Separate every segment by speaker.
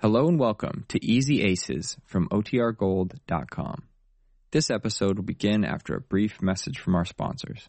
Speaker 1: Hello and welcome to Easy Aces from OTRGold.com. This episode will begin after a brief message from our sponsors.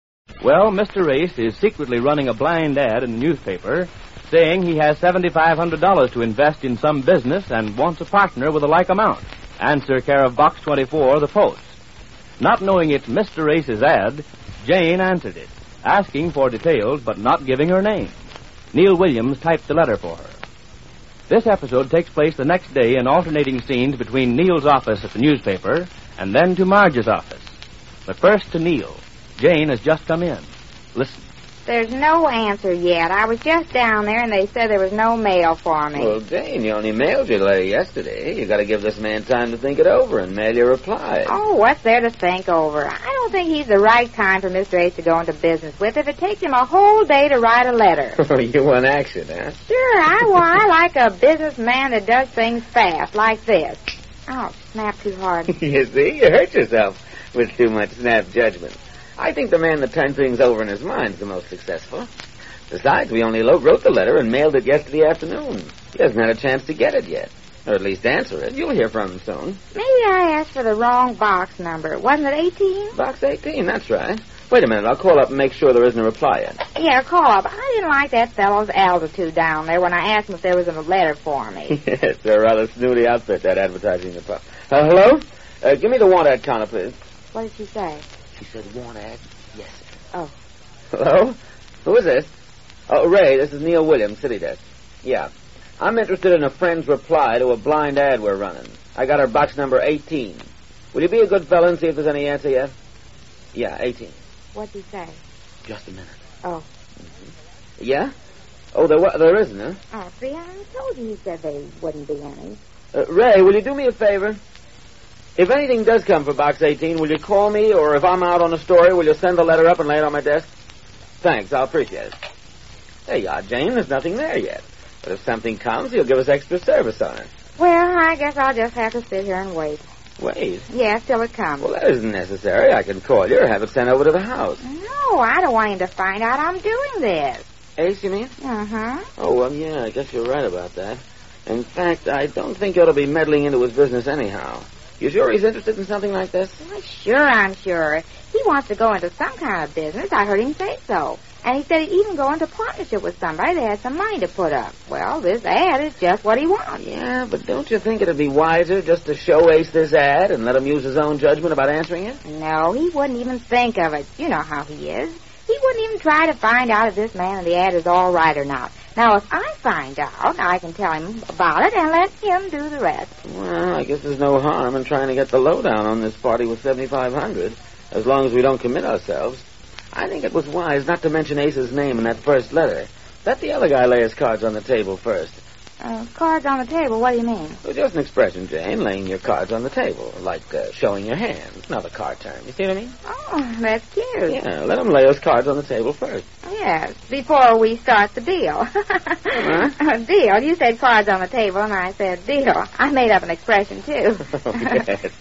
Speaker 2: Well, Mr. Race is secretly running a blind ad in the newspaper saying he has $7,500 to invest in some business and wants a partner with a like amount. Answer care of Box 24, The Post. Not knowing it's Mr. Race's ad, Jane answered it, asking for details but not giving her name. Neil Williams typed the letter for her. This episode takes place the next day in alternating scenes between Neil's office at the newspaper and then to Marge's office. But first to Neil. Jane has just come in. Listen.
Speaker 3: There's no answer yet. I was just down there and they said there was no mail for me.
Speaker 4: Well, Jane, you only mailed your letter yesterday. You gotta give this man time to think it over and mail your reply.
Speaker 3: Oh, what's there to think over? I don't think he's the right kind for Mr. Ace to go into business with if it takes him a whole day to write a letter.
Speaker 4: you want action, huh?
Speaker 3: sure, I, well, I like a businessman that does things fast, like this. Oh, snap too hard.
Speaker 4: you see, you hurt yourself with too much snap judgment. I think the man that turned things over in his mind's the most successful. Besides, we only lo- wrote the letter and mailed it yesterday afternoon. He hasn't had a chance to get it yet. Or at least answer it. You'll hear from him soon.
Speaker 3: Maybe I asked for the wrong box number. Wasn't it 18?
Speaker 4: Box 18, that's right. Wait a minute, I'll call up and make sure there isn't a reply yet.
Speaker 3: Yeah, call up. I didn't like that fellow's altitude down there when I asked him if there was a letter for me.
Speaker 4: yes, they're a rather snooty outfit, that advertising department. Uh, hello? Uh, give me the want ad counter, please.
Speaker 3: what did she say?
Speaker 4: She said, want ad? Yes, sir.
Speaker 3: Oh.
Speaker 4: Hello? Who is this? Oh, Ray, this is Neil Williams, City Desk. Yeah. I'm interested in a friend's reply to a blind ad we're running. I got her box number 18. Will you be a good fellow and see if there's any answer yet? Yeah, 18.
Speaker 3: What'd she say?
Speaker 4: Just a minute.
Speaker 3: Oh.
Speaker 4: Mm-hmm. Yeah? Oh, there, wa- there isn't, huh?
Speaker 3: Oh, see, I told you he said there wouldn't be any.
Speaker 4: Uh, Ray, will you do me a favor? If anything does come for box 18, will you call me, or if I'm out on a story, will you send the letter up and lay it on my desk? Thanks, I'll appreciate it. There you are, Jane. There's nothing there yet. But if something comes, you'll give us extra service on it.
Speaker 3: Well, I guess I'll just have to sit here and wait.
Speaker 4: Wait.
Speaker 3: Yeah, till it comes.
Speaker 4: Well, that isn't necessary. I can call you or have it sent over to the house.
Speaker 3: No, I don't want him to find out I'm doing this.
Speaker 4: Ace, you mean?
Speaker 3: Uh-huh.
Speaker 4: Oh, well, yeah, I guess you're right about that. In fact, I don't think you ought to be meddling into his business anyhow. You sure he's interested in something like this?
Speaker 3: Why, sure, I'm sure. He wants to go into some kind of business. I heard him say so. And he said he'd even go into partnership with somebody that had some money to put up. Well, this ad is just what he wants.
Speaker 4: Yeah, but don't you think it'd be wiser just to show Ace this ad and let him use his own judgment about answering it?
Speaker 3: No, he wouldn't even think of it. You know how he is. He wouldn't even try to find out if this man in the ad is all right or not. Now, if I find out, I can tell him about it and let him do the rest.
Speaker 4: Well, I guess there's no harm in trying to get the lowdown on this party with 7,500, as long as we don't commit ourselves. I think it was wise not to mention Ace's name in that first letter. Let the other guy lay his cards on the table first.
Speaker 3: Uh, cards on the table, what do you mean?
Speaker 4: Well, just an expression, Jane, laying your cards on the table, like uh, showing your hand. It's not a card term. You see what I mean?
Speaker 3: Oh, that's cute.
Speaker 4: Yeah, let him lay his cards on the table first.
Speaker 3: Yes, before we start the deal. huh? Deal? You said cards on the table, and I said deal. I made up an expression, too.
Speaker 4: oh, yes.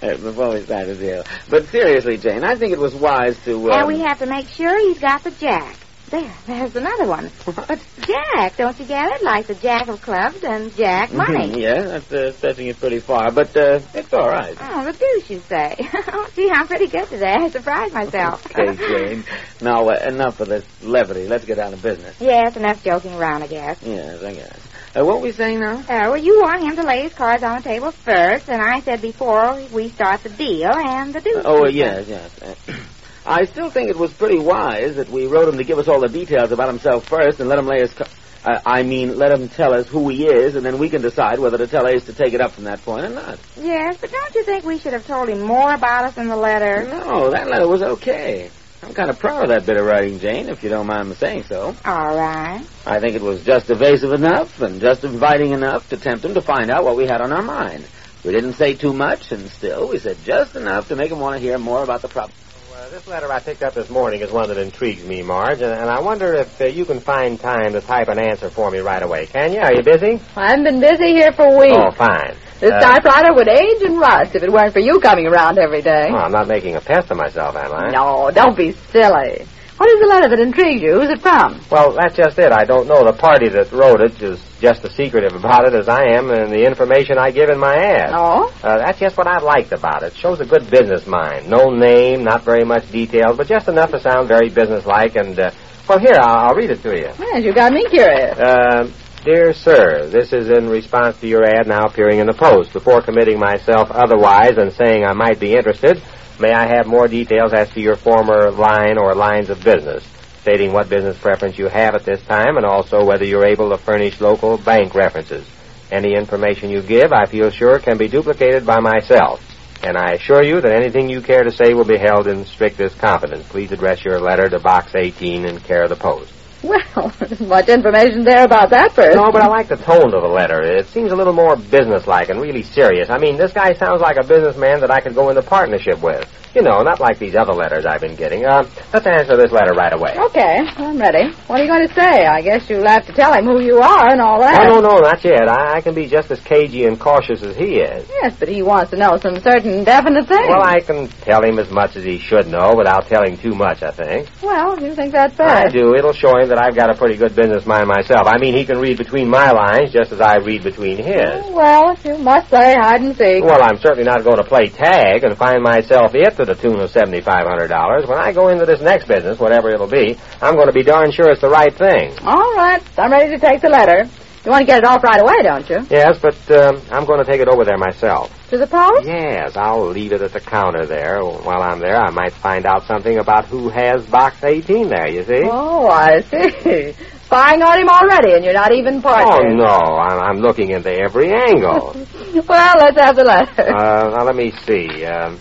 Speaker 4: Uh, Before we start the deal. But seriously, Jane, I think it was wise to. Um...
Speaker 3: and we have to make sure he's got the jack. There, there's another one.
Speaker 4: What?
Speaker 3: Jack, don't you get it? Like the jack of clubs and jack
Speaker 4: Mhm,
Speaker 3: money.
Speaker 4: Mm-hmm, yeah, that's uh, stretching it pretty far, but uh, it's all right.
Speaker 3: Oh, the deuce, you say. Gee, I'm pretty good today. I surprised myself.
Speaker 4: Okay, Jane. Now, uh, enough of this levity. Let's get down to business.
Speaker 3: yes, enough joking around, I guess.
Speaker 4: Yes, I guess. Uh, what were we saying now?
Speaker 3: Uh, well, you want him to lay his cards on the table first, and I said before we start the deal and the deuce.
Speaker 4: Uh, oh, uh,
Speaker 3: you say.
Speaker 4: yes, yes. Uh, I still think it was pretty wise that we wrote him to give us all the details about himself first and let him lay his. ca- Uh, I mean, let him tell us who he is, and then we can decide whether to tell Ace to take it up from that point or not. Mm-hmm.
Speaker 3: Yes, but don't you think we should have told him more about us in the letter?
Speaker 4: No, that letter was okay. I'm kind of proud of that bit of writing, Jane, if you don't mind me saying so.
Speaker 3: All right.
Speaker 4: I think it was just evasive enough and just inviting enough to tempt him to find out what we had on our mind. We didn't say too much, and still we said just enough to make him want to hear more about the problem.
Speaker 5: Well, this letter I picked up this morning is one that intrigues me, Marge, and, and I wonder if uh, you can find time to type an answer for me right away. Can you? Are you busy?
Speaker 6: I've been busy here for weeks.
Speaker 5: Oh, fine.
Speaker 6: This
Speaker 5: Uh,
Speaker 6: typewriter would age and rust if it weren't for you coming around every day.
Speaker 5: Oh, I'm not making a pest of myself, am I?
Speaker 6: No, don't be silly. What is the letter that intrigues you? Who's it from?
Speaker 5: Well, that's just it. I don't know. The party that wrote it is just as secretive about it as I am and the information I give in my ad.
Speaker 6: Oh?
Speaker 5: Uh, that's just what I liked about it. Shows a good business mind. No name, not very much details, but just enough to sound very businesslike. And uh, well, here I'll, I'll read it to you.
Speaker 6: Yes, you got me curious.
Speaker 5: Uh, dear sir, this is in response to your ad now appearing in the Post. Before committing myself otherwise and saying I might be interested, may I have more details as to your former line or lines of business, stating what business preference you have at this time and also whether you're able to furnish local bank references. Any information you give, I feel sure, can be duplicated by myself. And I assure you that anything you care to say will be held in strictest confidence. Please address your letter to Box 18 and care of the Post.
Speaker 6: Well, there's much information there about that person.
Speaker 5: No, but I like the tone of the letter. It seems a little more businesslike and really serious. I mean, this guy sounds like a businessman that I could go into partnership with. You know, not like these other letters I've been getting. Uh, let's answer this letter right away.
Speaker 6: Okay, I'm ready. What are you going to say? I guess you'll have to tell him who you are and all that.
Speaker 5: Oh, no, no, not yet. I, I can be just as cagey and cautious as he is.
Speaker 6: Yes, but he wants to know some certain definite thing.
Speaker 5: Well, I can tell him as much as he should know without telling too much, I think.
Speaker 6: Well, you think that's
Speaker 5: I
Speaker 6: bad.
Speaker 5: do. It'll show him that I've got a pretty good business mind myself. I mean, he can read between my lines just as I read between his.
Speaker 6: Well, if you must play hide and seek.
Speaker 5: Well, I'm certainly not going to play tag and find myself it to the tune of $7,500. When I go into this next business, whatever it'll be, I'm going to be darn sure it's the right thing.
Speaker 6: All right, I'm ready to take the letter. You want to get it off right away, don't you?
Speaker 5: Yes, but um, I'm going to take it over there myself.
Speaker 6: To the post?
Speaker 5: Yes, I'll leave it at the counter there. While I'm there, I might find out something about who has box 18 there, you see.
Speaker 6: Oh, I see. Spying on him already, and you're not even
Speaker 5: Oh,
Speaker 6: partners.
Speaker 5: no. I'm, I'm looking into every angle.
Speaker 6: Well, let's have the letter.
Speaker 5: Uh, now let me see. Um,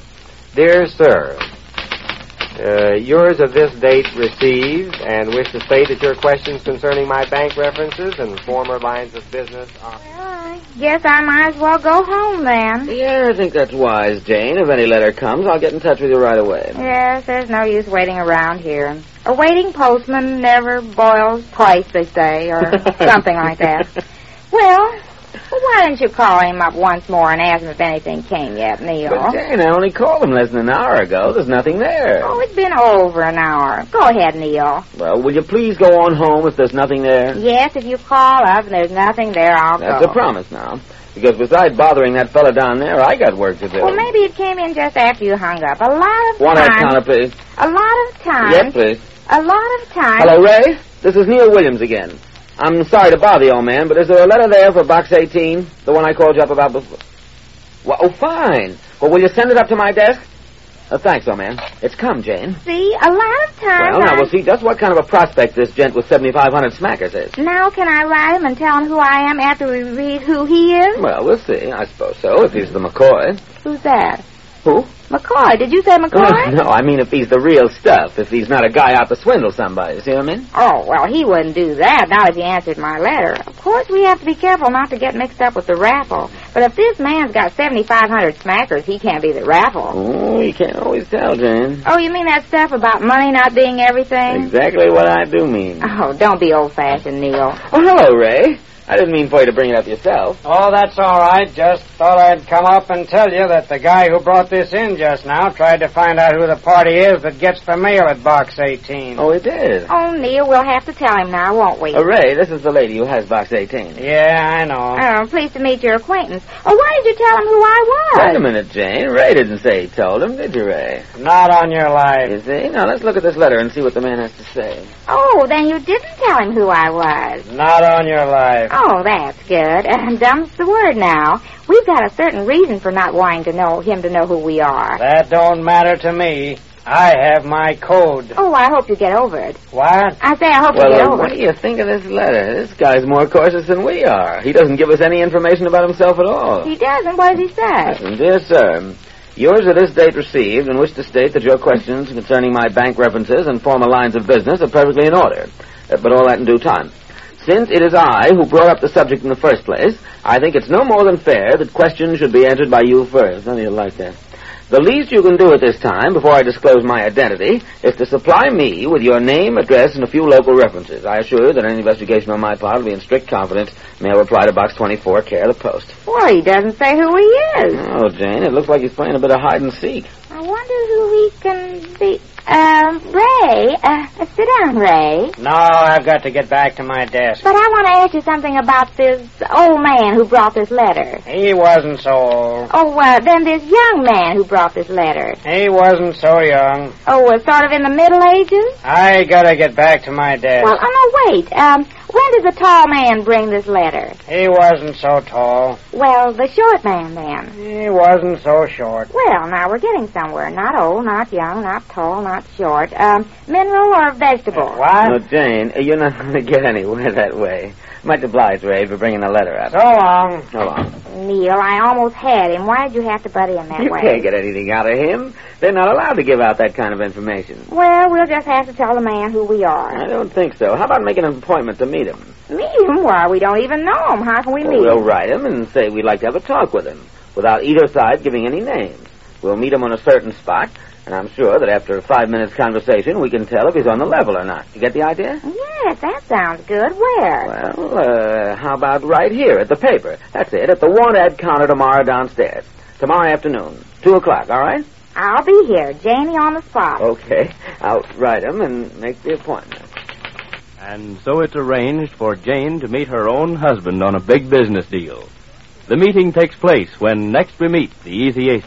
Speaker 5: dear sir, uh, yours of this date received, and wish to state that your questions concerning my bank references and former lines of business are.
Speaker 3: Well, I guess I might as well go home then.
Speaker 4: Yeah, I think that's wise, Jane. If any letter comes, I'll get in touch with you right away.
Speaker 3: Yes, there's no use waiting around here. A waiting postman never boils twice, they say, or something like that. Well, why didn't you call him up once more and ask him if anything came yet, Neil?
Speaker 4: But, Jane, I only called him less than an hour ago. There's nothing there.
Speaker 3: Oh, it's been over an hour. Go ahead, Neil.
Speaker 4: Well, will you please go on home if there's nothing there?
Speaker 3: Yes, if you call up and there's nothing there, I'll
Speaker 4: That's
Speaker 3: go.
Speaker 4: a promise now. Because besides bothering that fella down there, I got work to do.
Speaker 3: Well, maybe it came in just after you hung up. A lot of
Speaker 4: One out
Speaker 3: time.
Speaker 4: counter, please.
Speaker 3: A lot of time.
Speaker 4: Yes, please.
Speaker 3: A lot of time.
Speaker 4: Hello, Ray. This is Neil Williams again. I'm sorry to bother you, old man, but is there a letter there for box 18? The one I called you up about before? Well, oh, fine. Well, will you send it up to my desk? Uh, thanks, old man. It's come, Jane.
Speaker 3: See, a lot of time.
Speaker 4: Well, now
Speaker 3: I-
Speaker 4: we'll see just what kind of a prospect this gent with 7,500 smackers is.
Speaker 3: Now can I write him and tell him who I am after we read who he is?
Speaker 4: Well, we'll see. I suppose so, if he's the McCoy.
Speaker 3: Who's that?
Speaker 4: Who?
Speaker 3: McCoy. Did you say McCoy?
Speaker 4: Oh, no, I mean if he's the real stuff, if he's not a guy out to swindle somebody. See what I mean?
Speaker 3: Oh, well, he wouldn't do that, not if he answered my letter. Of course, we have to be careful not to get mixed up with the raffle. But if this man's got 7,500 smackers, he can't be the raffle.
Speaker 4: Oh, you can't always tell, Jane.
Speaker 3: Oh, you mean that stuff about money not being everything?
Speaker 4: Exactly what I do mean.
Speaker 3: Oh, don't be old-fashioned, Neil.
Speaker 4: Oh, Ah, hello, Ray. I didn't mean for you to bring it up yourself.
Speaker 7: Oh, that's all right. Just thought I'd come up and tell you that the guy who brought this in just now tried to find out who the party is that gets the mail at Box 18.
Speaker 4: Oh, it did.
Speaker 3: Oh, Neil, we'll have to tell him now, won't we?
Speaker 4: Uh, Ray, this is the lady who has box 18.
Speaker 7: Yeah, I know.
Speaker 3: Oh, I'm pleased to meet your acquaintance. Oh, why did you tell him who I was?
Speaker 4: Wait a minute, Jane. Ray didn't say he told him, did you, Ray?
Speaker 7: Not on your life.
Speaker 4: You see? Now, let's look at this letter and see what the man has to say.
Speaker 3: Oh, then you didn't tell him who I was.
Speaker 7: Not on your life.
Speaker 3: Oh, that's good. And dumb's the word now. We've got a certain reason for not wanting to know him to know who we are.
Speaker 7: That don't matter to me. I have my code.
Speaker 3: Oh, I hope you get over it.
Speaker 7: What?
Speaker 3: I say I hope you
Speaker 4: Well,
Speaker 3: get
Speaker 4: uh,
Speaker 3: over
Speaker 4: what do
Speaker 3: it.
Speaker 4: you think of this letter? This guy's more cautious than we are. He doesn't give us any information about himself at all.
Speaker 3: He doesn't. What does he say?
Speaker 4: Dear sir, Yours at this date received, and wish to state that your questions concerning my bank references and former lines of business are perfectly in order, uh, but all that in due time. Since it is I who brought up the subject in the first place, I think it's no more than fair that questions should be answered by you first. None of you like that. The least you can do at this time, before I disclose my identity, is to supply me with your name, address, and a few local references. I assure you that any investigation on my part will be in strict confidence. May I reply to Box 24, care of the post.
Speaker 3: Well, he doesn't say who he is.
Speaker 4: Oh, Jane, it looks like he's playing a bit of hide and seek.
Speaker 3: I wonder who he can be. Um, Ray, uh, sit down, Ray.
Speaker 7: No, I've got to get back to my desk.
Speaker 3: But I want to ask you something about this old man who brought this letter.
Speaker 7: He wasn't so old.
Speaker 3: Oh, uh, then this young man who brought this letter.
Speaker 7: He wasn't so young.
Speaker 3: Oh, was sort of in the Middle Ages?
Speaker 7: I gotta get back to my desk.
Speaker 3: Well, oh, no, wait. Um, when did the tall man bring this letter?
Speaker 7: He wasn't so tall.
Speaker 3: Well, the short man, then.
Speaker 7: He wasn't so short.
Speaker 3: Well, now we're getting somewhere. Not old, not young, not tall, not short. Um, mineral or vegetable?
Speaker 4: Oh, No,
Speaker 7: What?
Speaker 4: Jane, uh, you're not going to get anywhere that way. Much obliged, Ray, for bringing the letter up.
Speaker 7: So long.
Speaker 4: Go on.
Speaker 3: Neil, I almost had him. Why did you have to butt in that
Speaker 4: You
Speaker 3: way?
Speaker 4: can't get anything out of him. They're not allowed to give out that kind of information.
Speaker 3: Well, we'll just have to tell the man who we are.
Speaker 4: I don't think so. How about making an appointment to meet him?
Speaker 3: Meet him? Why, we don't even know him. How can we meet
Speaker 4: We'll
Speaker 3: him?
Speaker 4: write him and say we'd like to have a talk with him, without either side giving any names. We'll meet him on a certain spot, and I'm sure that after five minutes' conversation, we can tell if he's on the level or not. You get the idea?
Speaker 3: Yes, that sounds good. Where?
Speaker 4: Well, uh, how about right here at the paper? That's it, at the want ad counter tomorrow downstairs. Tomorrow afternoon, two o'clock. All right?
Speaker 3: I'll be here. Janie on the spot.
Speaker 4: Okay. I'll write him and make the appointment.
Speaker 2: And so it's arranged for Jane to meet her own husband on a big business deal. The meeting takes place when next we meet the Easy Aces.